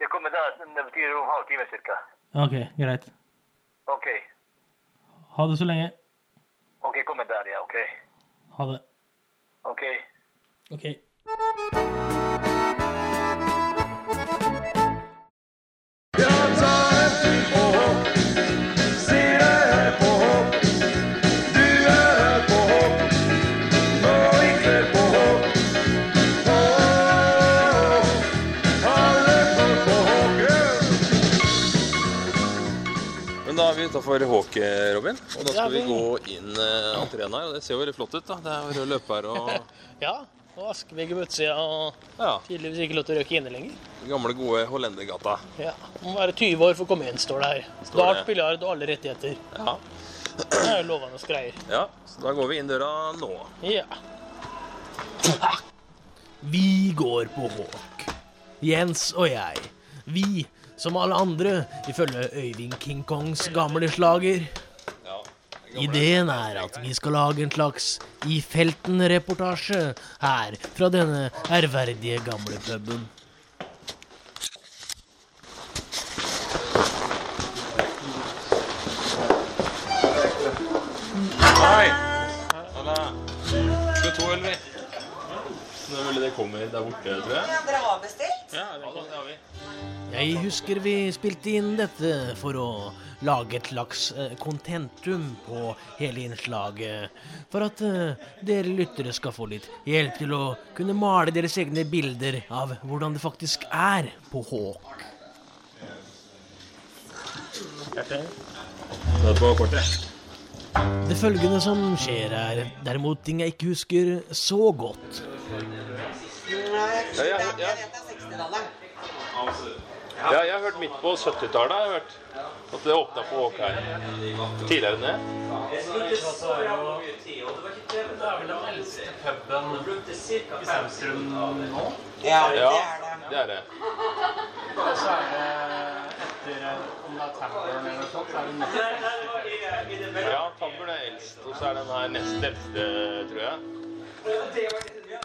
S4: Jeg kommer der, det betyr om halvtime cirka.
S2: OK, greit.
S4: Ok.
S2: Ha det så lenge.
S4: Ok, jeg kommer der, ja. Ok.
S2: Ha det.
S4: Ok.
S2: OK.
S3: Ja, ta en på hopp. Si deg her på hopp. Du er her på hopp. Nå i kveld på hopp. Hopp. Alle folk på hopp. ja.
S1: Men da er vi utafor Håke, Robin. Og da skal
S5: Ja,
S1: vi
S5: vi-
S1: gå inn eh, entreen her. Og det ser jo veldig flott ut, da. Det er jo rød løper og
S5: Ja, og askevegg på utsida, og
S1: ja,
S5: tydeligvis ikke lov til å røyke inne lenger.
S1: gamle, gode Hollendergata.
S5: Ja, Må være 20 år for å komme inn, står det her.
S1: Står
S5: Dart,
S1: det.
S5: biljard og alle rettigheter.
S1: Ja.
S5: Det er jo lovende greier.
S1: ja, så da går vi inn døra nå.
S5: Ja.
S2: Vi går på Håk. Jens og jeg. Vi, som alle andre, ifølge Øyvind King Kongs gamle slager.
S1: Ja,
S2: Ideen er at vi skal lage en slags I felten-reportasje her fra denne ærverdige gamle puben.
S1: Hei! Halla. Skal to øl, vi. Det er mulig det kommer der borte, tror jeg.
S6: Ja, dere har bestilt?
S1: Ja, det har vi.
S2: Jeg husker vi spilte inn dette for å lage et slags eh, kontentum på hele innslaget. For at eh, dere lyttere skal få litt hjelp til å kunne male deres egne bilder av hvordan det faktisk er på Håk.
S1: Det er på kortet.
S2: Det følgende som skjer, er derimot ting jeg ikke husker så godt.
S6: Nei,
S1: Ja, ja,
S6: jeg
S1: ja.
S6: vet det er 60-tallet.
S1: Ja, jeg har hørt midt på 70-tallet har jeg hørt at det åpna på Håk her. Tidligere enn det. Ja,
S6: Ja, det er det.
S1: det er det. Ja, Tambur er eldst, og så er den her nest eldste, tror jeg.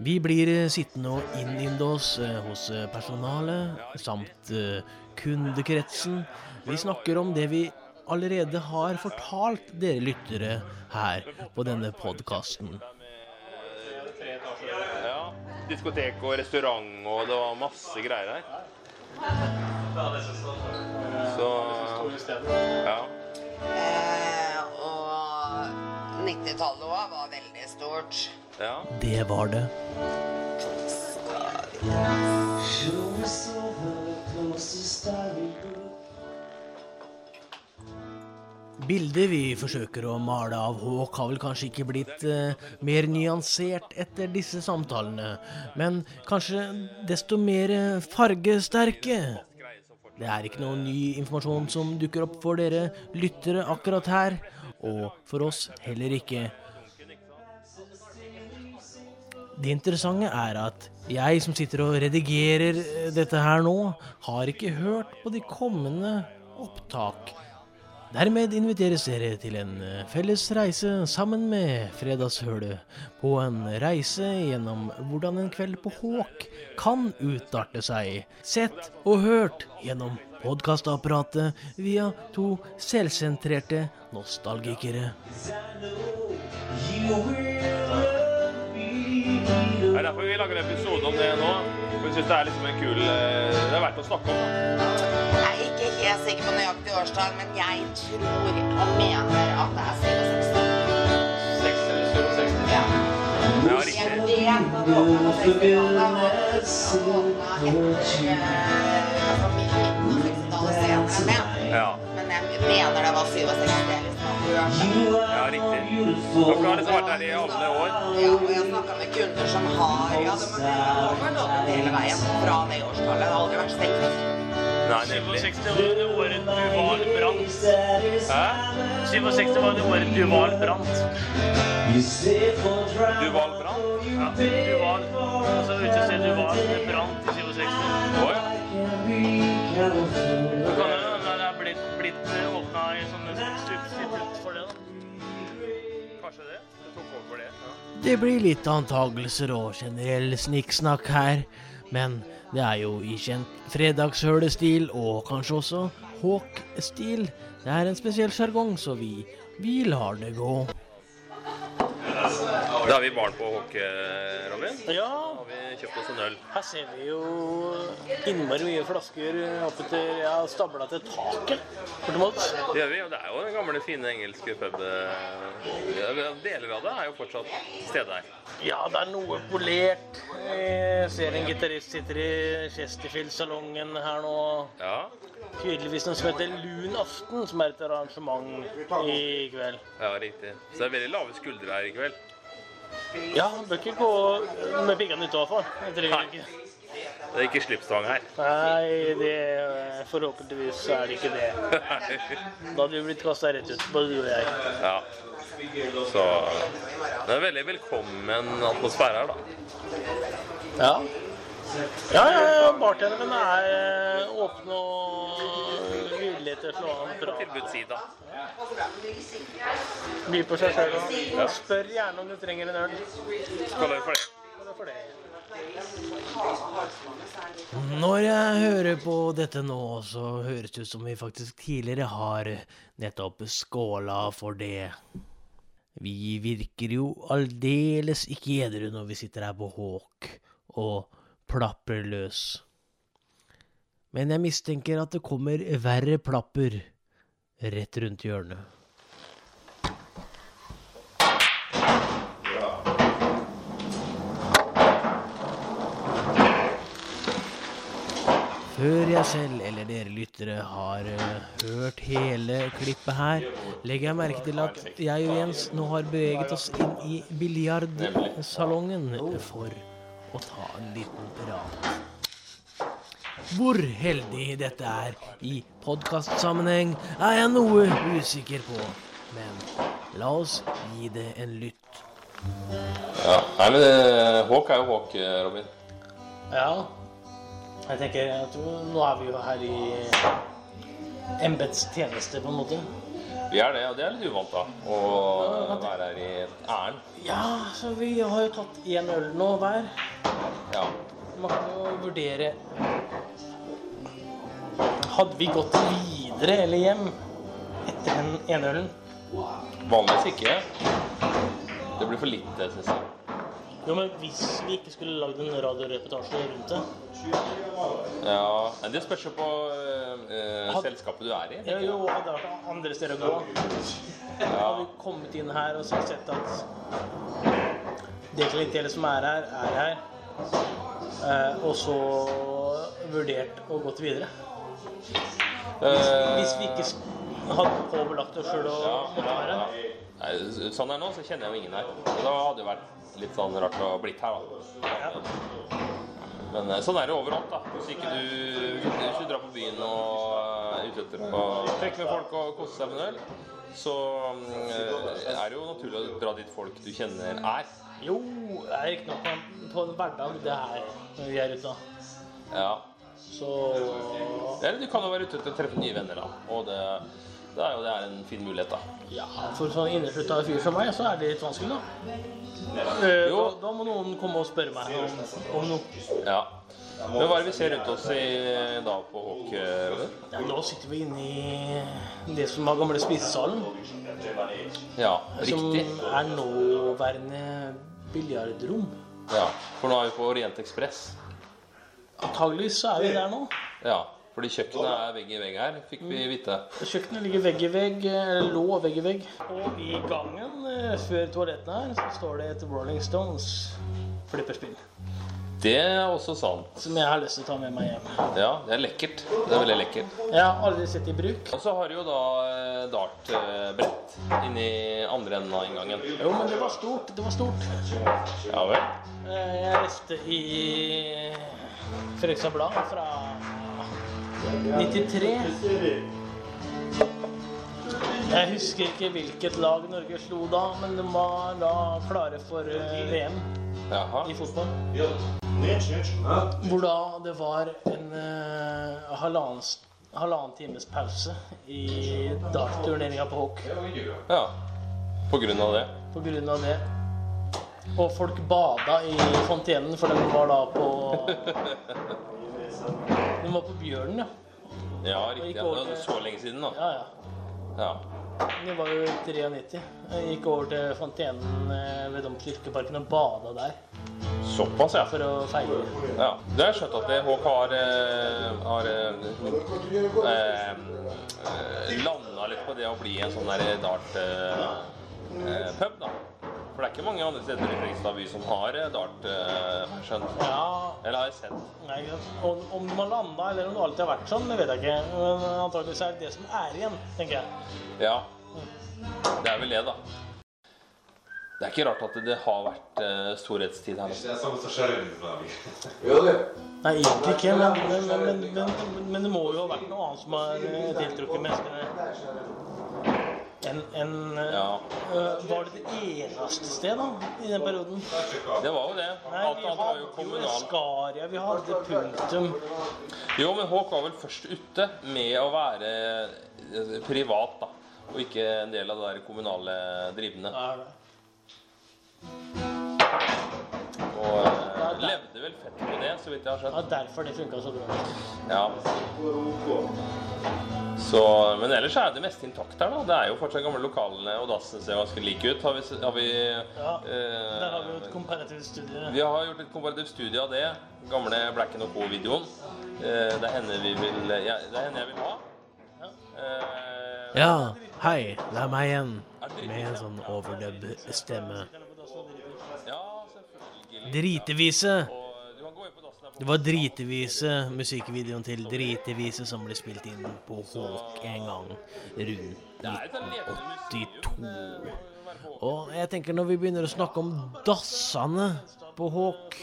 S2: Vi blir eh, sittende og innynde oss eh, hos eh, personalet samt eh, kundekretsen. Vi snakker om det vi allerede har fortalt dere lyttere her på denne podkasten.
S1: Ja, Diskotek og restaurant, og det var masse greier her. Så Ja.
S6: Eh, og 90-tallet òg var veldig stort.
S1: ja.
S2: Det var det. Bildet vi forsøker å male av Håk, har vel kanskje ikke blitt eh, mer nyansert etter disse samtalene, men kanskje desto mer eh, fargesterke. Det er ikke noe ny informasjon som dukker opp for dere lyttere akkurat her, og for oss heller ikke. Det interessante er at jeg som sitter og redigerer eh, dette her nå, har ikke hørt på de kommende opptak. Dermed inviteres dere til en eh, felles reise sammen med Fredagshølet. På en reise gjennom hvordan en kveld på Håk kan utarte seg. Sett og hørt gjennom podkastapparatet via to selvsentrerte nostalgikere.
S1: Det er derfor vi lager en episode om det nå. For vi syns det er liksom en kul eh, Det er verdt å snakke om. da.
S6: Jeg er ikke helt sikker på nøyaktig årstall, men jeg tror og mener at det er 66. Ja.
S1: Ja,
S6: Jeg
S1: riktig.
S6: vet at åpnet på 60-tallet og åpnet etter eh, altså, midten av 60-tallet senere med.
S1: Ja,
S6: Men jeg mener det var 67. Liksom.
S1: ja riktig. Og for da har det vært der i alle år.
S6: Ja, og jeg snakka med kunder som har Ja, det må være over nå hele veien fra det årstallet. Det har aldri vært stengt.
S1: Nei, nemlig.
S7: 67 var det året du var brant.
S1: Hæ?
S7: 67 var det året du var brant.
S1: Du valgte brann?
S7: Ja, du var, altså utestedet du var brant i 67.
S1: Å ja.
S7: Så kan det hende det er blitt, blitt åpna i sånne substitutt for det, da. Kanskje det? Du tok over for det? Ja.
S2: Det blir litt antagelser og generell snikksnakk her, men det er jo i kjent fredagshølestil og kanskje også Håk-stil. Det er en spesiell sjargong, så vi, vi lar det gå.
S1: Da er vi barn på Håke, Robin.
S7: Ja,
S1: Har vi kjøpt kjøpe oss en øl.
S7: Her ser vi jo innmari mye flasker oppetter Jeg har stabla til taket, bortimot.
S1: Det gjør vi, og det er jo den gamle, fine engelske pub. eh, Deler av det er jo fortsatt stedet her.
S7: Ja, det er noe polert. Jeg ser en gitarist sitter i Chesterfield-salongen her nå.
S1: Ja.
S7: Tydeligvis noe som heter Lun aften, som er et arrangement i kveld.
S1: ja, riktig. Så det er veldig lave skuldre her i kveld.
S7: Ja, han bør ikke gå med piggene ute, i hvert fall. Jeg driver
S1: Nei.
S7: ikke.
S1: Det er ikke slipstvang her.
S7: Nei, det, forhåpentligvis så er det ikke det. Da hadde vi blitt kasta rett ut, både du og jeg.
S1: ja. Så det er veldig velkommen atmosfære her, da.
S7: Ja. Ja, ja, ja, bartenderne er eh, åpne og villige til å slå an bra.
S1: Tilbudssida.
S7: By på seg sjøl og spør gjerne om du trenger en øl.
S1: Skal vi for det?
S7: Bare for det.
S2: Når jeg hører på dette nå, så høres det ut som vi faktisk tidligere har nettopp skåla for det. Vi virker jo aldeles ikke edru når vi sitter her på Håk og plaprer løs. Men jeg mistenker at det kommer verre plapper rett rundt hjørnet. Før jeg selv, eller dere lyttere, har eh, hørt hele klippet her, legger jeg merke til at jeg og Jens nå har beveget oss inn i biljardsalongen for å ta en liten prat. Hvor heldig dette er i podkastsammenheng, er jeg noe usikker på. Men la oss gi det en lytt.
S1: Ja, nei, men eh, Håk er jo Håk, Robin.
S7: Ja. Jeg tenker at nå er vi jo her i embets tjeneste, på en måte.
S1: Vi er det, og det er litt uvant, da. Å være her i et ærend.
S7: Ja, så vi har jo tatt én øl nå hver.
S1: Ja.
S7: Man kan jo vurdere Hadde vi gått videre eller hjem etter den ene ølen?
S1: Vanligvis ikke. Det blir for lite, syns jeg.
S7: Jo, men hvis vi ikke skulle lagd en radioreportasje rundt det
S1: Ja, men Det spørs jo på eh, selskapet du er i.
S7: Ja, jo, det hadde vært andre steder å gå. Hadde vi kommet inn her og så sett at det klientellet som er her, er her, eh, og så vurdert og gått videre.
S1: Eh,
S7: Hvis vi ikke sk- hadde påbelagt oss sjøl å måtte være her.
S1: Nei, sånn her nå, så kjenner jeg jo ingen her. Så da hadde det vært litt sånn rart å ha blitt her, da. Men eh, sånn er det overalt, da. Hvis ikke du, hvis du drar på byen og er ute etter å trekke med folk og kose seg med en øl, så mm, eh, er det jo naturlig å dra dit folk du kjenner er.
S7: Jo, det er riktignok på, en- på en hverdag det er når vi er ute, da.
S1: Ja.
S7: Så
S1: Eller du kan jo være ute etter å treffe nye venner, da. Og det, det er jo det er en fin mulighet, da.
S7: ja, for sånn inneslutta fyr som meg, så er det litt vanskelig, da. Eh,
S1: Jo.
S7: Da, da må noen komme og spørre meg om, om noe.
S1: Ja. Men hva er det vi ser rundt oss i dag på Håk? Robin?
S7: Ja, nå sitter vi inne i det som var gamle spisesalen.
S1: Ja, riktig.
S7: Som er nåværende biljardrom.
S1: Ja, For nå er vi på Orient Express.
S7: Antageligvis så er vi der nå.
S1: Ja, fordi kjøkkenet er vegg i vegg her, fikk vi vite.
S7: Kjøkkenet ligger vegg i vegg, eller lå vegg i vegg. Og i gangen eh, før toalettene her så står det et Rolling Stones flipperspill.
S1: Det er også sant.
S7: Som jeg har lyst til å ta med meg hjem.
S1: Ja, det er lekkert. Det er veldig lekkert.
S7: Jeg har aldri sett det i bruk.
S1: Og så har du jo da eh, dartbrett inni andre enden av inngangen.
S7: Jo, men det var stort. Det var stort.
S1: Ja vel?
S7: Eh, Jeg leste i Fredrikstad Blad fra 93. Jeg husker ikke hvilket lag Norge slo da, men de var da klare for eh, VM
S1: Jaha.
S7: i fotball. Hvor da det var en eh, halvannen s- halvannen times pause i dartturneringa på Håk
S1: Ja. På grunn av det.
S7: på grunn av det. Og folk bada i fontenen, for den var da på Den var på Bjørnen, ja.
S1: Ja, riktig. Ja, det er så lenge siden, da.
S7: Ja, ja.
S1: Ja.
S7: Det var jo 93. Jeg gikk over til fontenen eh, ved Domkirkeparken og bada der.
S1: Såpass, ja. For å feire. Ja, Det har jeg skjønt at det HK har, eh, har eh, eh, landa litt på det å bli en sånn der dart-pub, da. For det er ikke mange andre steder i Fredrikstad by som har eh, dart, eh, har jeg skjønt.
S2: Ja,
S1: Eller har jeg sett.
S2: Nei, ikke sant. om, om de har landa, eller om det alltid har vært sånn, det vet jeg ikke. Men antakeligvis er det det som er igjen, tenker jeg.
S1: Ja. Det er vel det, da. Det er ikke rart at det har vært eh, storhetstid her.
S8: Det er samme som skjermutvalg.
S2: Nei, egentlig ikke, men, men, men, men, men, men det må jo ha vært noe annet som har eh, tiltrukket menneskene. En, en, eh,
S1: Ja.
S2: øh, var det det eneste sted da, i den perioden?
S1: Det var jo det.
S2: Nei,
S1: Alt
S2: vi
S1: annet var
S2: hadde
S1: jo
S2: jo
S1: kommunalt.
S2: Skaria, vi hadde Punktum.
S1: Jo, men Håk var vel først ute med å være eh, privat, da. Og ikke en del av det der kommunale drivende.
S2: Ja, det er det.
S1: Og eh, levde vel fett på det, så vidt jeg har
S2: Ja,
S1: skjønt.
S2: derfor det funka så bra.
S1: Ja. Så, men ellers er det meste intakt her, da. Det er jo fortsatt gamle lokalene, og dassen ser ganske lik ut. Har vi, s- har vi
S2: Ja,
S1: eh,
S2: Der har vi jo et komparativt studie.
S1: Vi har gjort et komparativt studie av det. Gamle Blacken Co.-videoen. Eh, Det er henne vi vil ja, Det er henne jeg vil ha. Eh,
S9: Ja, hei, det er meg igjen. Med en sånn overdub-stemme.
S1: ja, selvfølgelig.
S9: Dritevise!
S1: Og du kan gå inn på dassen her på
S9: Det var dritevise musikkvideoen til Dritevise som ble spilt inn på Håk en gang rundt 1982. Og jeg tenker når vi begynner å snakke om dassene på Håk,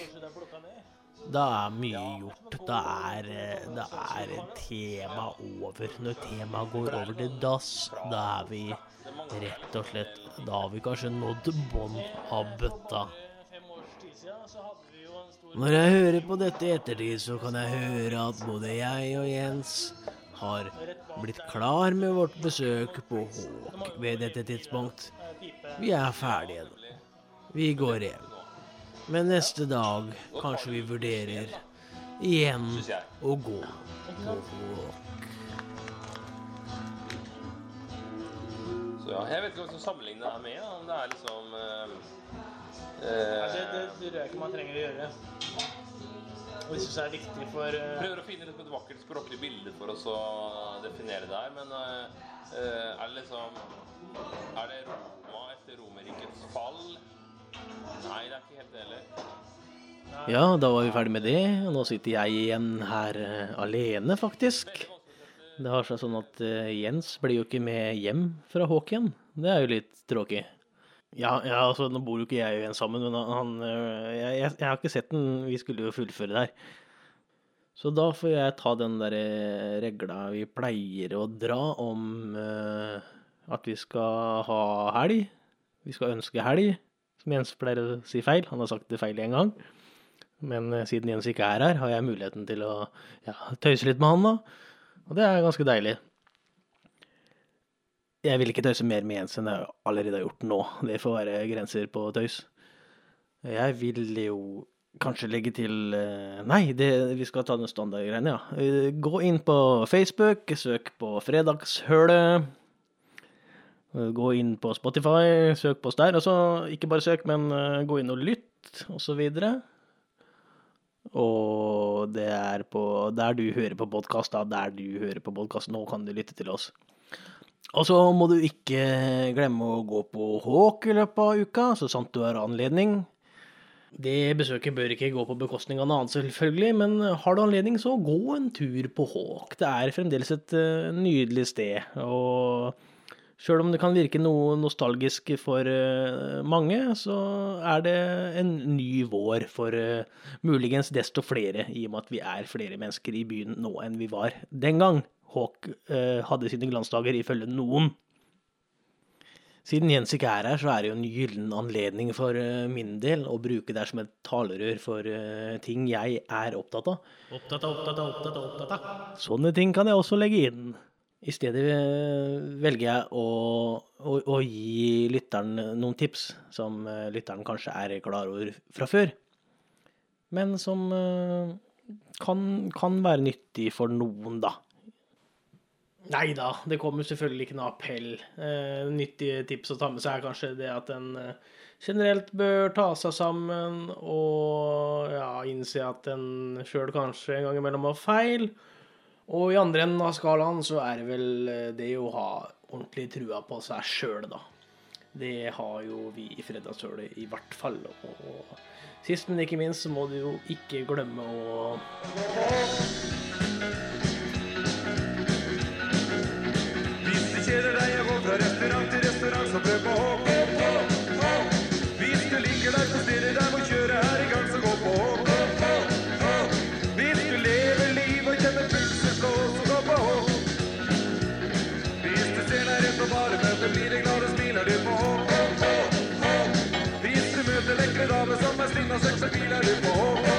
S9: da er mye gjort. Da er, eh, da er tema over. Når temaet går over til dass, da er vi rett og slett Da har vi kanskje nådd bånn av bøtta. Når jeg hører på dette i ettertid, så kan jeg høre at både jeg og Jens har blitt klar med vårt besøk på Håk ved dette tidspunkt. Vi er ferdige nå. Vi går hjem. Men neste dag kanskje vi vurderer igjen å gå på Håk.
S1: Så ja, jeg vet ikke hva som sammenligner det her med. da. Om det er liksom eh,
S2: Det, det,
S1: eh,
S2: det tror jeg ikke man trenger å gjøre. Og jeg syns det er viktig for eh,
S1: Prøver å finne liksom et vakkert språklig bilde for oss å definere det her, men eh, eh, er det liksom Er det Roma etter Romerrikets fall? Nei, det er ikke helt det heller.
S2: Ja, da var vi ferdig med det. og Nå sitter jeg igjen her eh, alene, faktisk. Det har seg sånn at eh, Jens blir jo ikke med hjem fra Håken. Det er jo litt tråkig. Ja, ja, altså, nå bor jo ikke jeg og Jens sammen, men han- han eh, jeg, jeg, jeg har ikke sett den. Vi skulle jo fullføre det her. Så da får jeg ta den der eh, regla vi pleier å dra om eh, at vi skal ha helg. Vi skal ønske helg, som Jens pleier å si feil. Han har sagt det feil én gang. Men eh, siden Jens ikke er her, har jeg muligheten til å ja, tøyse litt med han, da. Og det er ganske deilig. Jeg vil ikke tøyse mer med Jens enn jeg allerede har gjort nå. Det får være grenser på tøys. Jeg vil jo kanskje legge til eh, Nei, det, vi skal ta den standardgreiene, ja. Eh, Gå inn på Facebook, søk på Fredagshølet. Eh, Gå inn på Spotify, søk på oss der. Altså, ikke bare søk, men eh, gå inn og lytt, og så videre. Og det er på der du hører på podkast, da. Der du hører på podkast. Nå kan du lytte til oss. Og så må du ikke glemme å gå på Håk i løpet av uka, så sant du har anledning. Det besøket bør ikke gå på bekostning av noe annet, selvfølgelig, men har du anledning, så gå en tur på Håk. Det er fremdeles et eh, nydelig sted, og Sjøl om det kan virke noe nostalgisk for eh, mange, så er det en ny vår for eh, muligens desto flere, i og med at vi er flere mennesker i byen nå enn vi var den gang. Håk eh, hadde sine glansdager, ifølge noen. Siden Jens ikke er her, så er det jo en gyllen anledning for eh, min del å bruke det her som et talerør for eh, ting jeg er opptatt av. Opptatt av, opptatt av, opptatt av, opptatt av. Sånne ting kan jeg også legge inn. I stedet eh, velger jeg å, å, å gi lytteren noen tips som eh, lytteren kanskje er klar over fra før, men som eh, kan, kan være nyttig for noen, da. Nei da, det kommer selvfølgelig ikke noe appell. Eh, nyttige tips å ta med seg er kanskje det at en eh, generelt bør ta seg sammen og ja, innse at en sjøl kanskje en gang imellom har feil. Og i andre enden av skalaen så er det vel eh, det å ha ordentlig trua på seg sjøl, da. Det har jo vi i Fredagssølet i hvert fall. Og sist, men ikke minst, så må du jo ikke glemme å
S3: Hvis det kjeder deg å gå fra restaurant til restaurant, så prøv på HK. Hvis du ligger der, så stirrer deg må kjøre her i gang, så gå på HK. Hvis du lever livet og kjenner pulsen slå, så gå på HK. Hvis du ser deg rundt og bare møter, blir det glad og smiler du på HK. Hvis du møter lekre damer som er stinna sex, så hviler du på HK.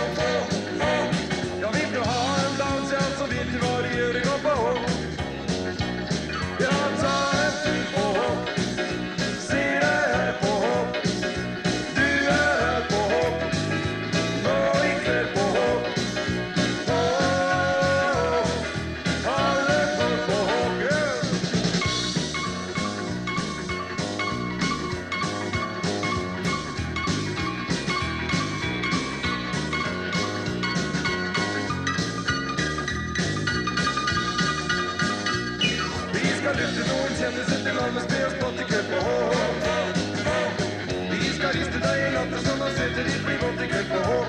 S3: Ja, vil du ha en dans, ja, så vet du hva du gjør, gå på HK. Ja, ta en tur på hopp. Si det er på hopp. Du er på hopp. Nå i kveld på hopp. Hopp. Alle folk på hopp, yeah. Vi skal løfte noen kjendiser til landet, spe oss på til kødd på H. Vi skal riste deg i latter sånn at setet ditt blir vått i kødd på H.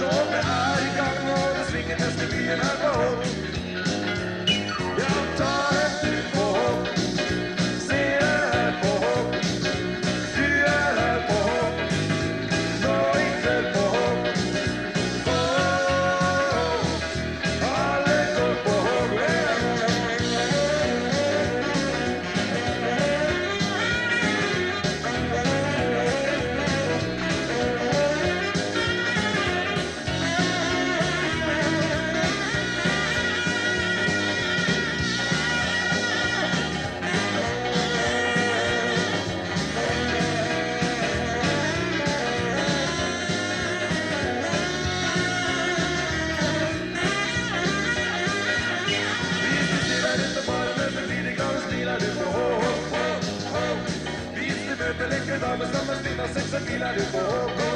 S3: Showet er i gang, og det svinger neste byen her på H. Ja, ta en tur på H. Se jeg er på H. Du er her på H. Nå i kveld på H. H. Alle går på H. Yeah. Hvis du møter lekre damer som er stinna sex, så vil jeg du på